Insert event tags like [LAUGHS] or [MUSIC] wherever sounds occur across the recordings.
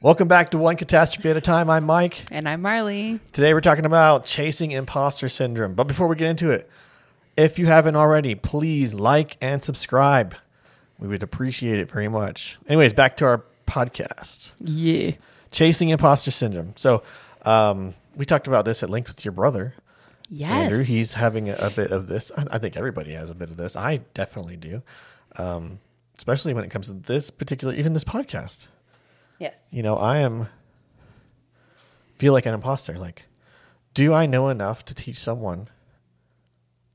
Welcome back to One Catastrophe at a Time. I'm Mike. And I'm Marley. Today we're talking about chasing imposter syndrome. But before we get into it, if you haven't already, please like and subscribe. We would appreciate it very much. Anyways, back to our podcast Yeah. Chasing Imposter Syndrome. So, um, we talked about this at length with your brother, Yes. Andrew. He's having a, a bit of this. I, I think everybody has a bit of this. I definitely do, um, especially when it comes to this particular, even this podcast. yes. you know, I am feel like an imposter. Like, do I know enough to teach someone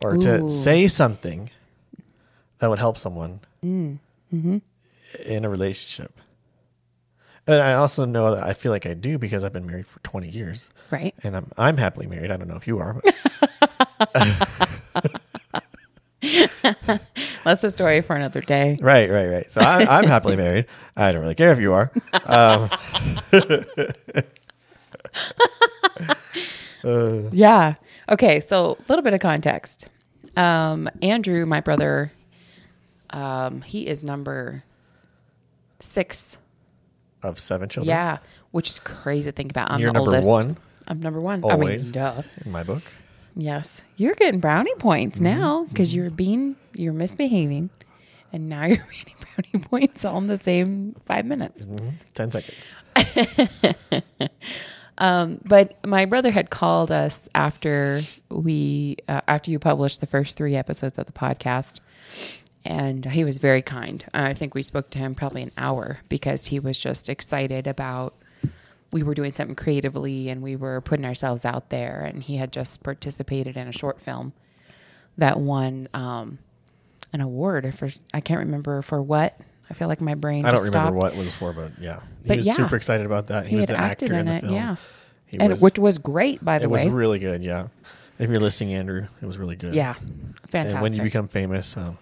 or to Ooh. say something that would help someone Mm, mm-hmm. in a relationship? And I also know that I feel like I do because I've been married for 20 years Right. and I'm I'm happily married. I don't know if you [LAUGHS] are. But That's a story for another day. right, right, right. So I'm, I'm happily married. I don't really care if you are. Um, Yeah. Okay. So a little bit of context. Um, Andrew, my brother, um, he is number six. of seven children Yeah. Which is crazy to think about. I'm You're the number oldest. one. I'm number one. I Always. mean, duh. in my book. Yes. You're getting brownie points Mm-hmm. now because you're being, you're misbehaving. And now [LAUGHS] you're getting brownie points all in the same five minutes. Mhm. 10 seconds. But my brother had called us after we uh, after you published the first three episodes of the podcast, and he was very kind. I think we spoke to him probably an hour because he was just excited about we were doing something creatively and we were putting ourselves out there. And he had just participated in a short film that won um, an award for I can't remember for what. I feel like my brain. I don't just remember stopped. what it was for, but yeah, he But was yeah. super excited about that. He, he was had the acted actor in, in, the it. film. Yeah, He and was, which was great by the it way. was really good. Yeah, if you're listening, Andrew, it was really good. yeah, fantastic. and when you become famous, um,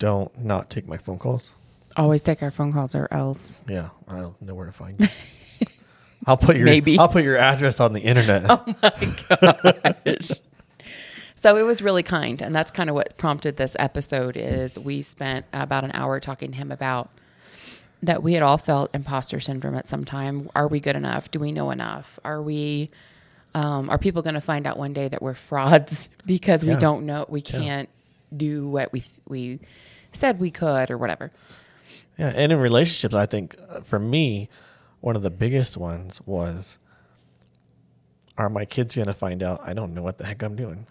don't not take my phone calls. Always take our phone calls or else. Yeah, I'll know where to find you. [LAUGHS] I'll put your Maybe. Oh. I'll put your address on the internet. [LAUGHS] So it was really kind, and that's kind of what prompted this episode. Is we spent about an hour talking to him about that we had all felt imposter syndrome at some time. Are we good enough? Do we know enough? Are we? Um, are people going to find out one day that we're [LAUGHS] frauds because we Yeah. don't know? We can't do what we we said we could or whatever. Yeah, and in relationships, I think uh, for me, one of the biggest ones was: Are my kids going to find out? I don't know what the heck I'm doing.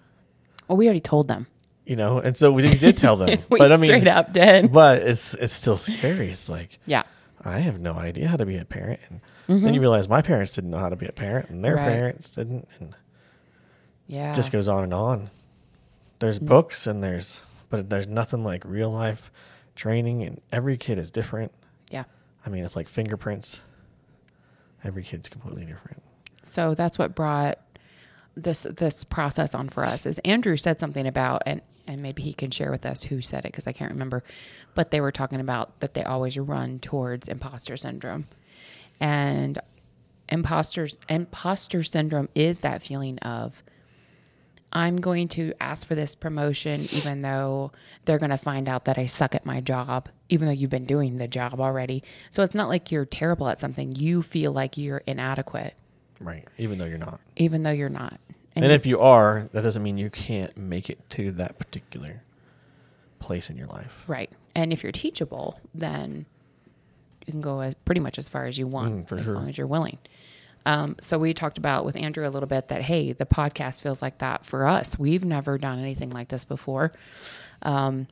Well, we already told them. [LAUGHS] You know, and so we did tell them. We but I mean, straight up [LAUGHS] did. but it's it's still scary. It's like Yeah. I have no idea how to be a parent, and then you realize my parents didn't know how to be a parent, and their Right. parents didn't, and Yeah. it just goes on and on. There's books and there's, but there's nothing like real life training, and every kid is different. yeah. I mean, it's like fingerprints. Every kid's completely different. So that's what brought this this process on for us. Is Andrew said something about and and maybe he can share with us who said it because I can't remember, but they were talking about that they always run towards imposter syndrome, and imposters imposter syndrome is that feeling of I'm going to ask for this promotion even though they're going to find out that I suck at my job, even though you've been doing the job already. So it's not like you're terrible at something. You feel like you're inadequate Right. Even though you're not. even though you're not. And, And, if you are, that doesn't mean you can't make it to that particular place in your life. right. And if you're teachable, then you can go as pretty much as far as you want, Mm, for as sure. long as you're willing. Um, so we talked about with Andrew a little bit that hey, the podcast feels like that for us. We've never done anything like this before. Um,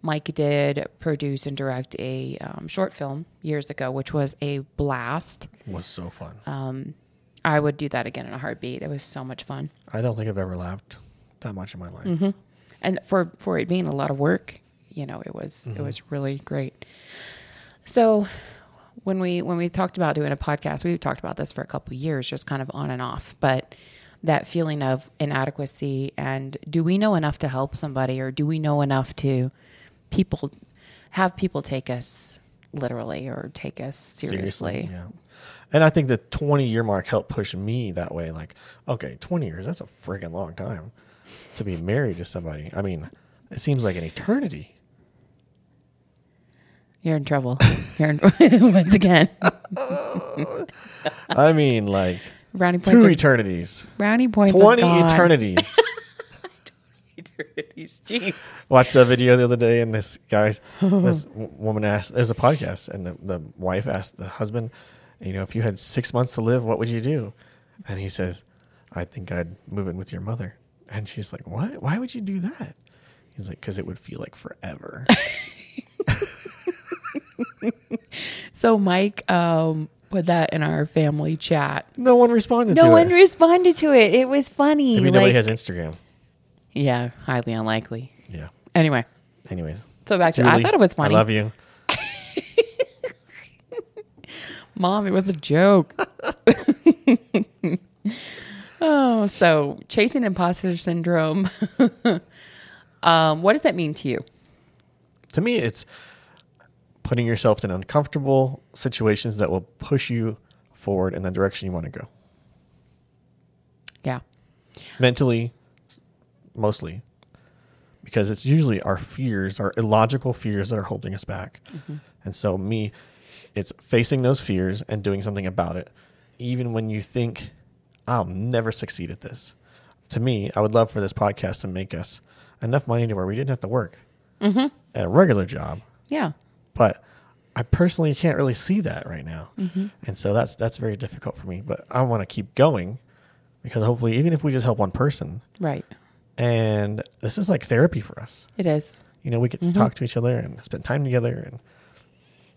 Mike did produce and direct a um, short film years ago, which was a blast. was so fun. I would do that again in a heartbeat. It was so much fun. I don't think I've ever laughed that much in my life. Mm-hmm. and for for it being a lot of work you know it was Mm-hmm. it was really great so when we when we talked about doing a podcast we've talked about this for a couple of years just kind of on and off but that feeling of inadequacy and do we know enough to help somebody or do we know enough to people have people take us literally or take us seriously, Yeah. And I think the 20 year mark helped push me that way. Like, okay, 20 years, that's a freaking long time to be married to somebody. I mean, it seems like an eternity. [LAUGHS] [LAUGHS] you're in trouble you're in, once again I mean, like Brownie points. two Are, eternities, brownie points. are twenty [LAUGHS] gone. eternities. Eternities. Jeez. Watched that video the other day, and this guy's [LAUGHS] this w- woman asked. There's a podcast, and the, the wife asked the husband, "You know, if you had six months to live, what would you do?" And he says, "I think I'd move in with your mother." And she's like, "What? Why would you do that?" He's like, "Because it would feel like [LAUGHS] forever." So Mike um, put that in our family chat. no one responded. No to one It. responded to it. It was funny. Maybe nobody like- has Instagram. yeah, highly unlikely. Yeah. Anyway, Anyways, so back to I Julie, thought it was funny. I love you. Mom, it was a joke. [LAUGHS] oh, so chasing imposter syndrome. [LAUGHS] um, what does that mean to you? to me it's putting yourself in uncomfortable situations that will push you forward in the direction you want to go Yeah. mentally s- mostly because it's usually our fears our illogical fears that are holding us back and so me it's facing those fears and doing something about it even when you think i'll never succeed at this to me i would love for this podcast to make us enough money to where we didn't have to work at a regular job Yeah. but I personally can't really see that right now, Mm-hmm. and so that's that's very difficult for me. But I want to keep going because hopefully, even if we just help one person, Right. and this is like therapy for us. It is. You know, we get to Mm-hmm. talk to each other and spend time together,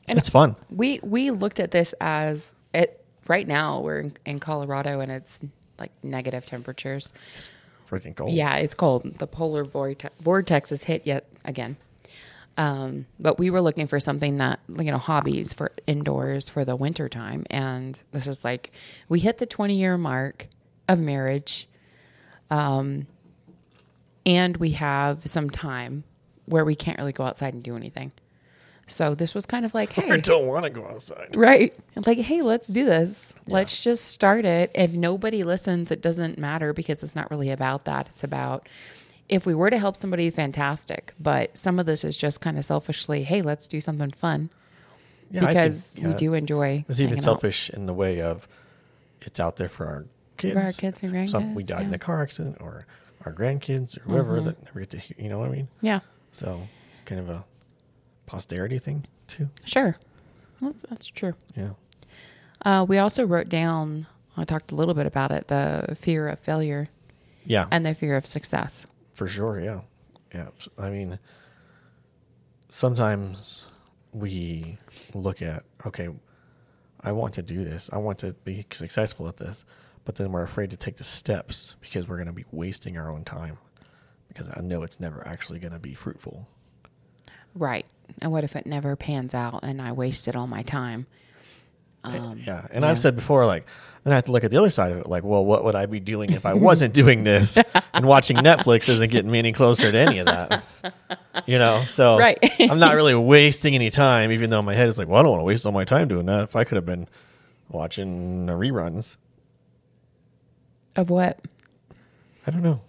and, it's fun. We we looked at this as it right now we're in, in Colorado and it's like negative temperatures. Freaking cold. Yeah, it's cold. The polar vorte- vortex is hit yet again. Um, but we were looking for something that, you know, hobbies for indoors for the winter time. And this is like, we hit the 20 year mark of marriage. Um, and we have some time where we can't really go outside and do anything. So this was kind of like, hey, I don't want to go outside. Right. Like, hey, let's do this. Let's just start it. If nobody listens, it doesn't matter because it's not really about that. It's about if we were to help somebody, fantastic. But some of this is just kind of selfishly, hey, let's do something fun Yeah, I think- because we yeah. do enjoy. It's even hanging out. selfish in the way of it's out there for our kids, our kids and If some- we grandkids, died in yeah. Mm-hmm. a car accident, or our grandkids, or whoever that never get to hear. You know what I mean? Yeah, So, kind of a posterity thing too. sure. That's, that's true. Yeah. Uh, we also wrote down, I talked a little bit about it, the fear of failure Yeah. and the fear of success. for sure. Yeah. Yeah. I mean, sometimes we look at, okay, I want to do this. I want to be successful at this. But then we're afraid to take the steps because we're going to be wasting our own time because I know it's never actually going to be fruitful. Right. And what if it never pans out and I wasted all my time? yeah. And I've said before, like, then I have to look at the other side of it. Like, well, what would I be doing if I wasn't doing this? And watching Netflix isn't getting me any closer to any of that. You know? So Right. I'm not really wasting any time, even though my head is like, well, I don't want to waste all my time doing that. If I could have been watching the reruns, Of what? I don't know.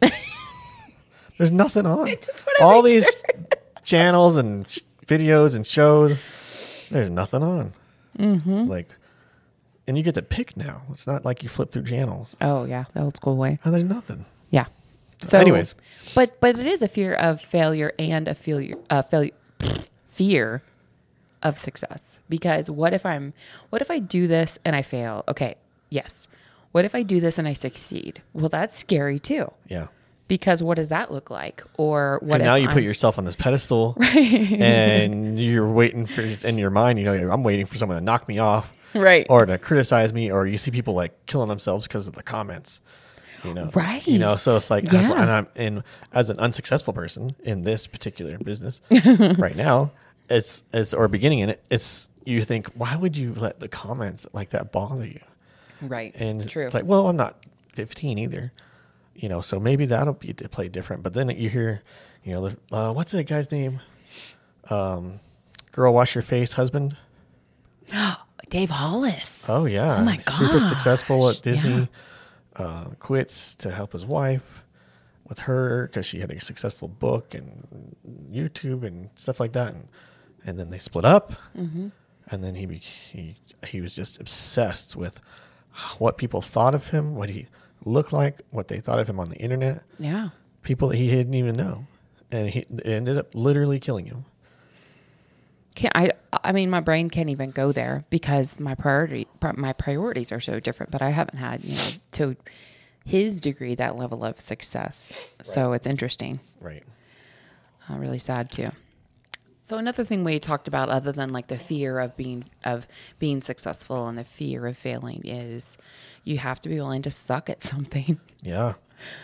[LAUGHS] There's nothing on. just wanna all make these [LAUGHS] channels and sh- videos and shows, there's nothing on. Mm-hmm. Like, and you get to pick now. It's not like you flip through channels. Oh yeah, the old school way. And there's nothing. Yeah. So, anyways. but but it is a fear of failure and a failure, a failure, fear of success. Because what if I'm, what if I do this and I fail? Okay, yes. What if I do this and I succeed? Well, that's scary too. Yeah. Because what does that look like? Or what? Because If now you put I'm- yourself on this [LAUGHS] pedestal and you're waiting for, in your mind, you know, I'm waiting for someone to knock me off right. or to criticize me, or you see people like killing themselves because of the comments, you know? You know, so it's like, as, Yeah. and I'm in, as an unsuccessful person in this particular [LAUGHS] business right now, it's, it's, or beginning in it, it's, you think, why would you let the comments like that bother you? right. And true. it's like, well, I'm not 15 either, you know, so maybe that'll be to play different. But then you hear, you know, the- uh, what's that guy's name? Um, girl, wash your face, husband. Dave Hollis. Oh yeah, Oh my super gosh. successful at Yeah. Disney. Uh, quits to help his wife with her because she had a successful Mm-hmm. book and YouTube and stuff like that, and and then they split up. and then he be- he he was just obsessed with what people thought of him, what he looked like, what they thought of him on the internet. Yeah. People that he didn't even know, and he it ended up literally killing him. Can't, I? I mean, my brain can't even go there because my priority, pri- my priorities are so different. But I haven't had, you know, to his degree that level of success. So it's interesting. Right. uh, really sad too. So another thing we talked about, other than like the fear of being of being successful and the fear of failing, is you have to be willing to suck at something. Yeah.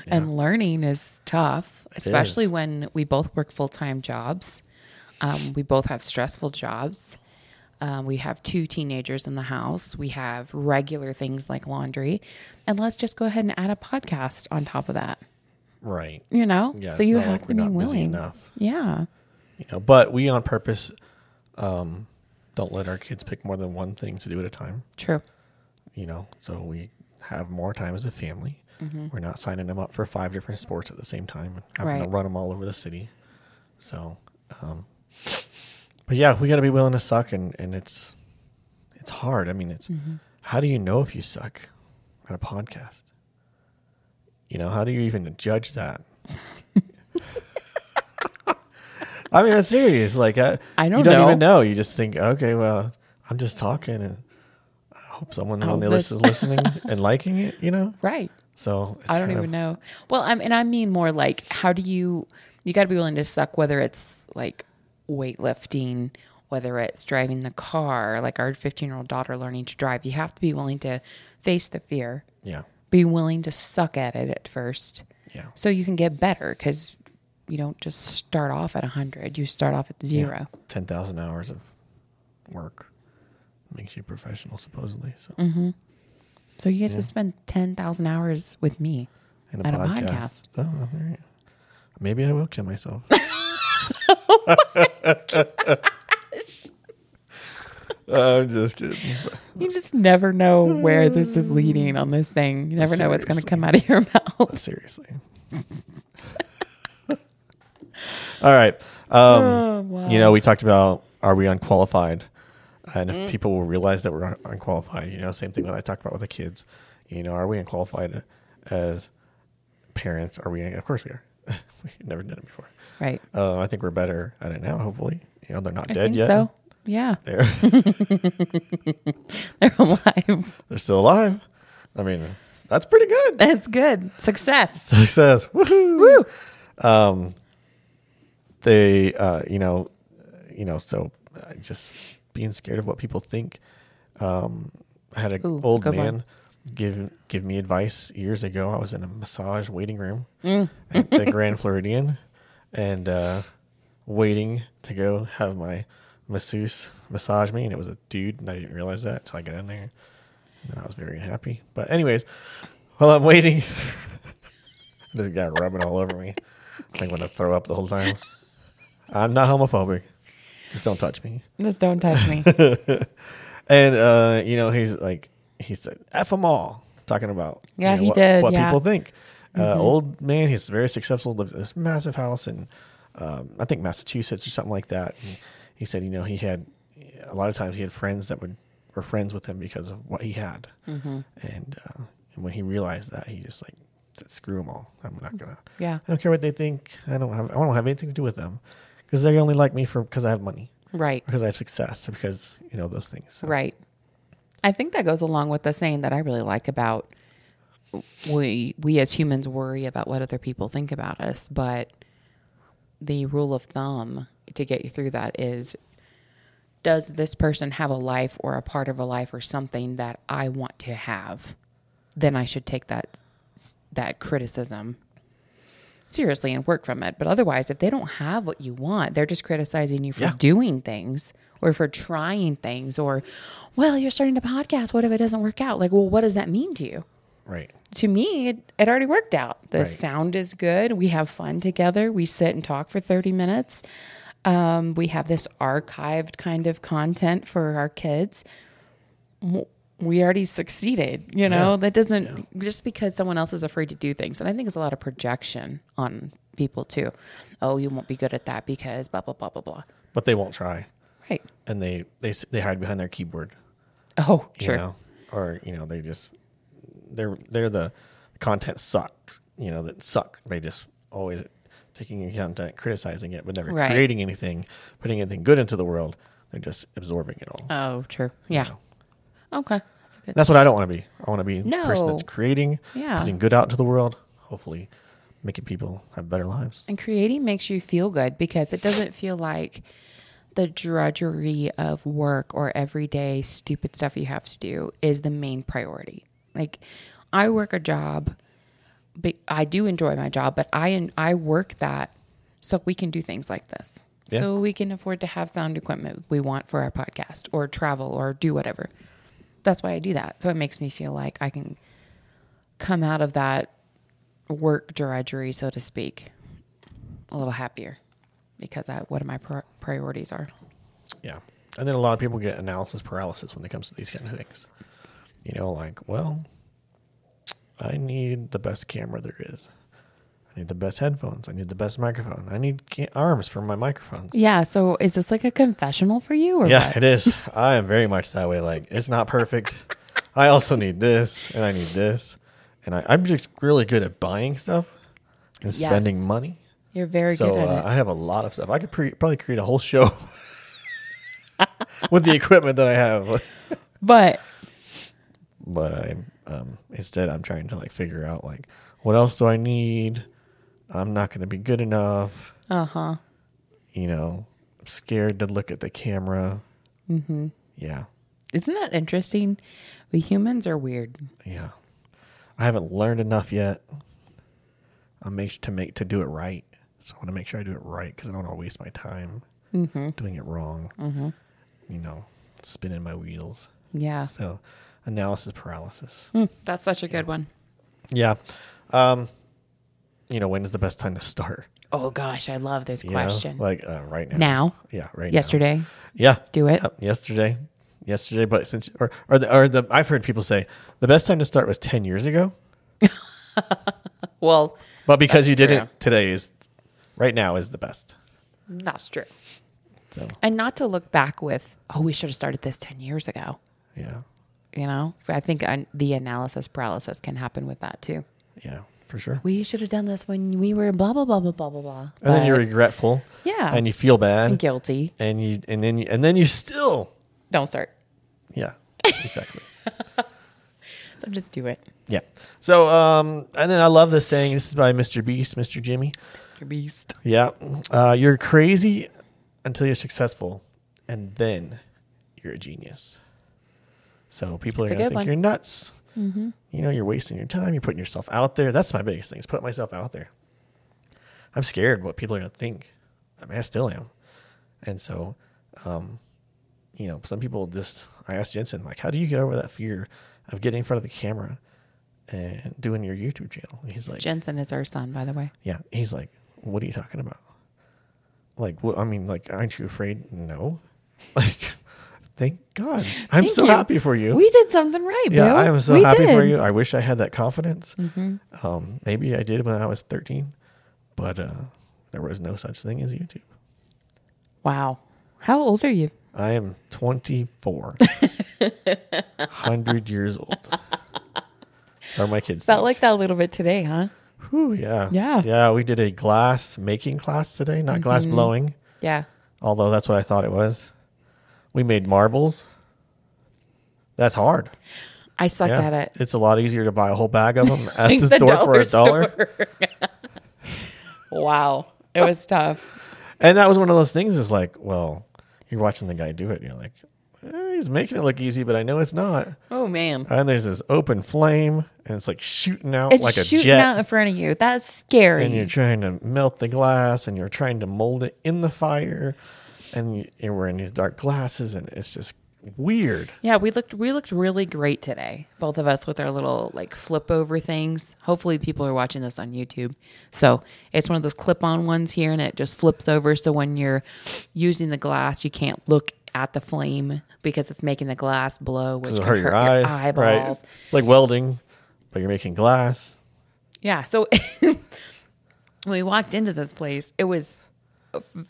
And learning is tough, especially is. when we both work full time jobs. Um, we both have stressful jobs. Um, we have two teenagers in the house. We have regular things like laundry, and let's just go ahead and add a podcast on top of that. Right. You know, Yeah, so it's you not have like to we're be not busy willing. enough. Yeah. You know, but we on purpose um, don't let our kids pick more than one thing to do at a time. True. you know, so we have more time as a family. Mm-hmm. We're not signing them up for five different sports at the same time and having to Right. run them all over the city. So, um, but yeah, we got to be willing to suck, and and it's it's hard. I mean, it's Mm-hmm. how do you know if you suck at a podcast? You know, how do you even judge [LAUGHS] that? I mean, I'm serious. Like, I, I you don't don't know. even know. You just think, okay, well, I'm just talking, and I hope someone I'll on the list listen. is [LAUGHS] listening and liking it. You know, Right. so it's I don't kind of- even know. Well, I mean, I mean more like how do you? You got to be willing to suck, whether it's like weightlifting, whether it's driving the car, like our 15 year old daughter learning to drive. You have to be willing to face the fear, Yeah, be willing to suck at it at first, yeah, so you can get better. Because you don't just start off at 100; you start off at zero. ten thousand hours of work makes you professional, supposedly. So, Mm-hmm. So you get to spend 10,000 hours with me. and Oh, And a So, all right. maybe I will kill [LAUGHS] myself. Oh [LAUGHS] I'm just kidding. You just never know where this is leading on this thing. You never know what's going to Seriously. come out of your [LAUGHS] mouth. Seriously. All right. Um, Oh, wow. You know, we talked about are we unqualified? And Mm-hmm. if people will realize that we're un- unqualified, you know, same thing that I talked about with the kids. You know, are we unqualified as parents? Are we? Of course we are. [LAUGHS] We've never done it before. Right. Uh, I think we're better at it now. Hopefully, you know, they're not I dead yet. think so. Yeah. [LAUGHS] They're [LAUGHS] They're alive. they're still alive. I mean, that's pretty good. That's good. Success. [LAUGHS] Success. Woohoo! Um, Woo. they uh, you know you know so uh, just being scared of what people think um, i had an Ooh, old good man one. give give me advice years ago i was in a massage waiting room Mm. at [LAUGHS] the grand floridian and uh, waiting to go have my masseuse massage me and it was a dude and i didn't realize that until i got in there and then i was very unhappy but anyways while i'm waiting this guy rubbing all over me i think i'm gonna throw up the whole time I'm not homophobic. Just don't touch me. Just don't touch [LAUGHS] me. And uh, you know, he's like, he said, "F them all," talking about Yeah, you know, he what, did, what yeah. Mm-hmm. people think. Uh, old man, he's very successful. Lives in this massive house in, um, I think Massachusetts or something like that. And he said, you know, he had a lot of times he had friends that would were friends with him because of what he had. Mm-hmm. And, uh, and when he realized that, he just like said, "Screw them all. I'm not gonna. Yeah. I don't care what they think. I don't have. I don't have anything to do with them because they only like me for because I have money." Right. because I have success, because you know those things. So, Right. I think that goes along with the saying that I really like about we we as humans worry about what other people think about us, but the rule of thumb to get you through that is does this person have a life or a part of a life or something that I want to have? Then I should take that that criticism seriously and work from it. But otherwise, if they don't have what you want, they're just criticizing you for Yeah. doing things or for trying things or well, you're starting a podcast, what if it doesn't work out? Like, well, what does that mean to you? right, to me, it, it already worked out. The Right. sound is good. We have fun together. We sit and talk for 30 minutes. Um, we have this archived kind of content for our kids. M- We already succeeded. You know, Yeah. that doesn't just because someone else is afraid to do things. And I think it's a lot of projection on people too. Oh, you won't be good at that because blah, blah, blah, blah, blah. but they won't try. Right. and they they s- they hide behind their keyboard. Oh, You sure. know? Or you know they just they're they're the content sucks. You know that suck. They just always taking your content, criticizing it, but never Right. creating anything, putting anything good into the world. They're just absorbing it all. Oh, true. Yeah. Okay. That's a good. That's what I don't want to be. I want to be the person No. that's creating, Yeah. putting good out into the world, hopefully making people have better lives. And creating makes you feel good because it doesn't feel like the drudgery of work or everyday stupid stuff you have to do is the main priority. Like I work a job, but I do enjoy my job, but I I work that so we can do things like this. Yeah. So we can afford to have sound equipment we want for our podcast or travel or do whatever. That's why I do that. So it makes me feel like I can come out of that work drudgery, so to speak, a little happier because I, what my pri priorities are. Yeah. And then a lot of people get analysis paralysis when it comes to these kind of things. You know, like, well, I need the best camera there is. I need the best headphones. I need the best microphone. I need ca- arms for my microphones. Yeah. So is this like a confessional for you? Or Yeah, it is. I am very much that way. Like, it's not perfect. I also need this, and I need this, and I, I'm just really good at buying stuff and Yes. spending money. You're very so good at uh, it. I have a lot of stuff. I could pre- probably create a whole show [LAUGHS] with the equipment that I have, but but I um, instead I'm trying to like figure out like what else do I need. I'm not going to be good enough. uh huh. You know, I'm scared to look at the camera. Mm-hmm. Yeah, Isn't that interesting? We humans are weird. yeah. I haven't learned enough yet. I make to make to do it right. So I want to make sure I do it right because I don't want to waste my time doing it wrong. You know, spinning my wheels. [LAUGHS] Yeah. So, analysis paralysis. That's such a good one. Yeah. Um, you know, when is the best time to start? Oh gosh, I love this You know? question. Like uh, right now. now, Yeah, right now. yesterday, Yeah. do it. Uh, yesterday. Yesterday, but since or or the, or the I've heard people say the best time to start was 10 years ago, Well, but because you did true. it today is right now is the best. that's true. So, And not to look back with, oh, we should have started this 10 years ago. yeah. You know, I think I, the analysis paralysis can happen with that too. Yeah, for sure. we should have done this when we were blah blah blah blah blah blah blah. And then you're But- regretful. Yeah. And you feel bad. guilty. And you and then you, and then you still Don't start. Yeah. Exactly. [LAUGHS] So just do it. Yeah. So, um, and then I love this saying. This is by Mr. Beast, Mr. Jimmy. Mr. Beast. Yeah. Uh, you're crazy until you're successful, and then you're a genius. So people That's are a going to think good one. Mm-hmm. you're nuts. You know, you're wasting your time. You're putting yourself out there. That's my biggest thing is put myself out there. I'm scared what people are going to think. I mean, I still am. And so, um, you know, some people just, I asked Jensen, like, how do you get over that fear of getting in front of the camera and doing your YouTube channel? And he's like, Jensen is our son, by the way. yeah. He's like, what are you talking about? Like, what, I mean, like, aren't you afraid? No. [LAUGHS] Like, thank God. I'm Thank so you. happy for you. We did something right, yeah, bro. I am so We happy for did. Mm-hmm. you. I wish I had that confidence. Um, maybe I did when I was 13, but uh, there was no such thing as YouTube. Wow. How old are you? I am [LAUGHS] 24, 100 years old. So are my kids. Felt think. like that a little bit today, huh? Whew, yeah. Yeah. Mm-hmm. Yeah. We did a glass making class today, not glass blowing. Yeah. although that's what I thought it was. We made marbles. That's hard. I sucked Yeah. at it. It's a lot easier to buy a whole bag [LAUGHS] of them at the, The store for a dollar. store. [LAUGHS] wow. It was tough. And that was one of those things is like, well, you're watching the guy do it. And you're like, eh, he's making it look easy, but I know it's not. Oh man. And there's this open flame and it's like shooting out It's like a shooting jet. out in front of you. That's scary. and you're trying to melt the glass and you're trying to mold it in the fire. And you- you're wearing these dark glasses and it's just weird. Yeah, we looked we looked really great today. Both of us with our little like flip over things. Hopefully people are watching this on YouTube. So it's one of those clip on ones here and it just flips over so when you're using the glass you can't look at the flame because it's making the glass blow, which It'll can hurt your eyes. eyeballs. Right. It's like welding, but you're making glass. [LAUGHS] Yeah. So when we walked into this place, it was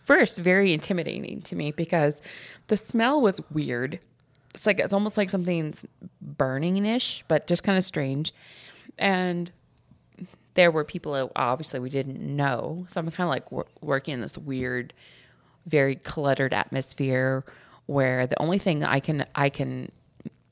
first very intimidating to me because the smell was weird. It's like it's almost like something's burning ish, but just kind of strange. And there were people that obviously we didn't know. So I'm kind of like wor- working in this weird, very cluttered atmosphere where the only thing I can I can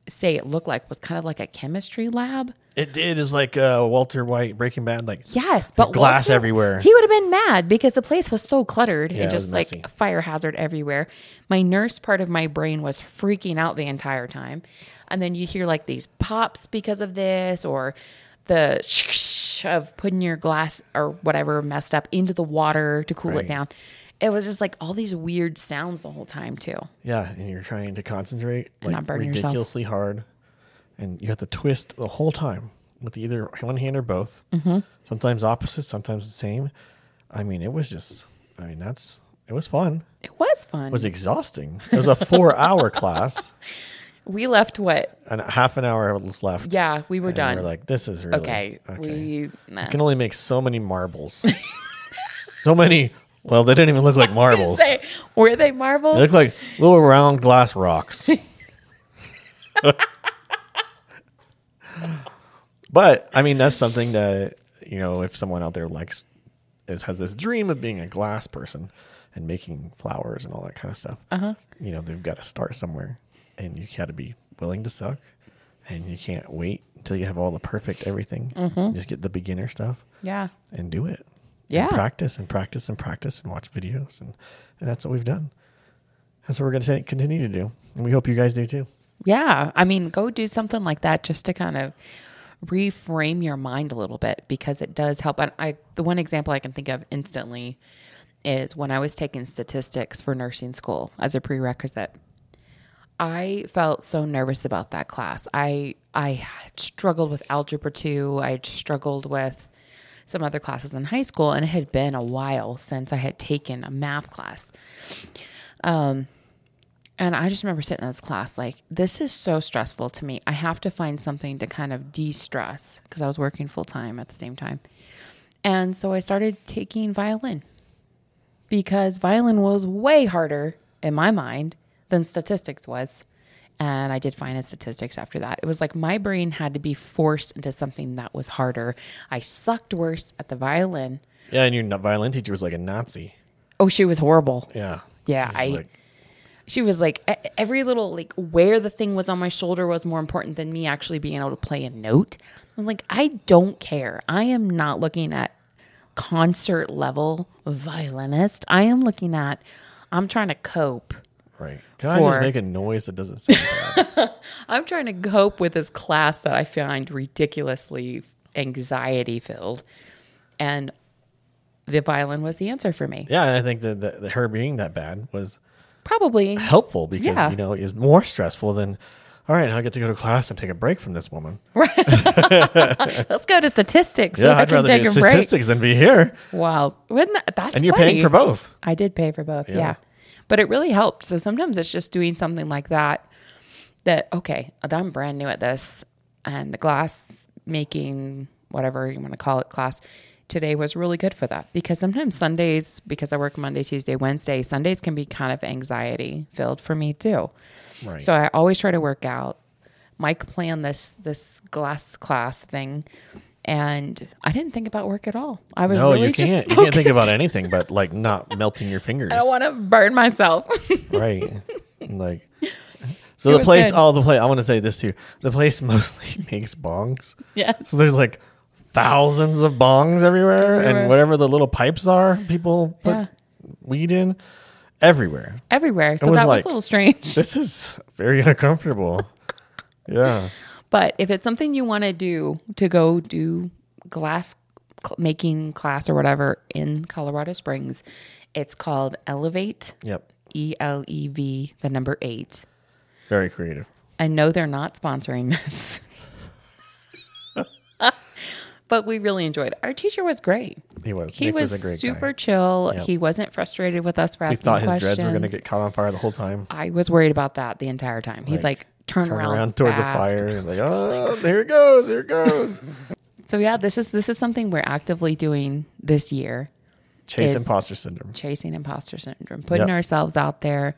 say it looked like was kind of like a chemistry lab. It did is like uh, Walter White Breaking Bad, like Yes, but glass Walter- everywhere. He would have been mad because the place was so cluttered it and was just like messy. a fire hazard everywhere. My nurse part of my brain was freaking out the entire time, and then you hear like these pops because of this, or the of putting your glass or whatever messed up into the water to cool Right. it down. It was just like all these weird sounds the whole time too. yeah, and you're trying to concentrate not like burn yourself. ridiculously hard, and you have to twist the whole time with either one hand or both. Mm-hmm. Sometimes opposite, sometimes the same. I mean, it was just. I mean, that's it was fun. It was fun. It was exhausting. It was a four-hour [LAUGHS] class, we left what? and half an hour was left. Yeah, we were and done. We're like, this is really okay, we nah. [LAUGHS] I can only make so many marbles. [LAUGHS] so many. Well, they didn't even look like marbles. They Say, were they marbles? look like little round glass rocks. but I mean, that's something that you know, if someone out there likes, is, has this dream of being a glass person and making flowers and all that kind of stuff. Uh-huh. You know, they've got to start somewhere, and you got to be willing to suck, and you can't wait until you have all the perfect everything. Just get the beginner stuff yeah. and do it. Yeah. And practice and practice and practice and watch videos. And, and that's what we've done. That's what we're going to continue to do. And we hope you guys do too. Yeah. I mean, go do something like that just to kind of reframe your mind a little bit because it does help. And I, the one example I can think of instantly is when I was taking statistics for nursing school as a prerequisite. I felt so nervous about that class. I I had struggled with algebra 2. I had struggled with some other classes in high school and it had been a while since I had taken a math class. And I just remember sitting in this class, like, this is so stressful to me. I have to find something to kind of de stress because I was working full time at the same time. And so I started taking violin because violin was way harder in my mind than statistics was. And I did fine in statistics after that. It was like my brain had to be forced into something that was harder. I sucked worse at the violin. Yeah. And your na- violin teacher was like a Nazi. Oh, she was horrible. Yeah. Yeah, She's I- like, she was like e- every little like where the thing was on my shoulder was more important than me actually being able to play a note i'm like i don't care i am not looking at concert level violinist i am looking at i'm trying to cope right. Can I just For- make a noise that doesn't sound bad? i'm trying to cope with this class that i find ridiculously anxiety filled and the violin was the answer for me yeah. And I think that, that, that her being that bad was [LAUGHS] probably helpful because, Yeah. you know, it was more stressful than, all right, now I get to go to class and take a break from this woman. let's go to statistics so yeah. I I'd can rather take be a in break statistics than be here. wow Wouldn't that, that's And you're funny. paying for both. I did pay for both. Yeah. Yeah. But it really helped. So sometimes it's just doing something like that that, okay, I'm brand new at this. And the glass making, whatever you want to call it, class today was really good for that because sometimes Sundays, because I work Monday, Tuesday, Wednesday, Sundays can be kind of anxiety filled for me too. Right. So I always try to work out. Mike planned this this glass class thing, and I didn't think about work at all. I was no, really you just can't. You can't think focused. about anything but like not melting your fingers. [LAUGHS] I don't want to burn myself. [LAUGHS] right like so It the was place good. oh the place i want to say this too the place [LAUGHS] mostly makes bongs Yes. so there's like thousands of bongs everywhere, Everywhere. and whatever the little pipes are people put Yeah. weed in everywhere Everywhere. So was that was like- a little strange. [LAUGHS] this is very uncomfortable yeah But if it's something you want to do to go do glass cl- making class or whatever in Colorado Springs, it's called Elevate, yep E L E V, the number eight. very creative And no, they're not sponsoring this. [LAUGHS] but we really enjoyed it. Our teacher was great. he was He Nick was, was, a great super guy chill. He wasn't frustrated with us for he asking thought his questions. dreads were going to get caught on fire the whole time I was worried about that the entire time. He'd like, turn, Turn around, around toward fast. the fire [LAUGHS] and like oh there it goes there it goes So yeah, this is this is something we're actively doing this year. Chase Is- imposter syndrome. chasing imposter syndrome, putting Yep. ourselves out there,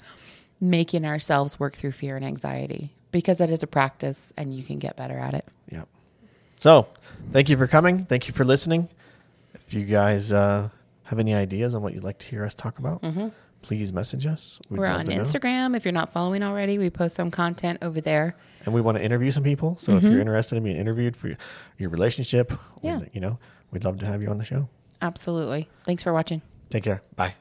making ourselves work through fear and anxiety because that is a practice and you can get better at it. Yeah. So, thank you for coming. Thank you for listening. If you guys uh, have any ideas on what you'd like to hear us talk about, please message us. We'd Mm-hmm. We're love on to know. Instagram. If you're not following already, we post some content over there. and we want to interview some people. So, if you're interested in being interviewed for your, your relationship, or, Mm-hmm. Yeah. you know, we'd love to have you on the show. Absolutely. Thanks for watching. Take care. Bye.